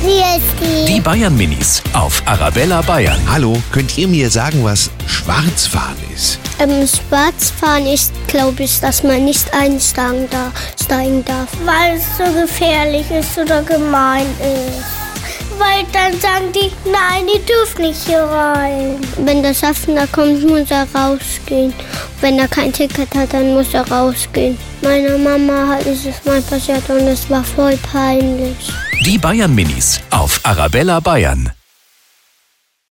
Christi. Die Bayern Minis auf Arabella Bayern. Hallo, könnt ihr mir sagen, was Schwarzfahren ist? Ähm, Schwarzfahren ist, glaube ich, dass man nicht einsteigen da, steigen darf. Weil es so gefährlich ist oder gemein ist. Weil dann sagen die, nein, die dürfen nicht hier rein. Wenn der Schaffner kommt, muss er rausgehen. Wenn er kein Ticket hat, dann muss er rausgehen. Meiner Mama hat es mal passiert und es war voll peinlich. Die Bayern Minis auf Arabella Bayern.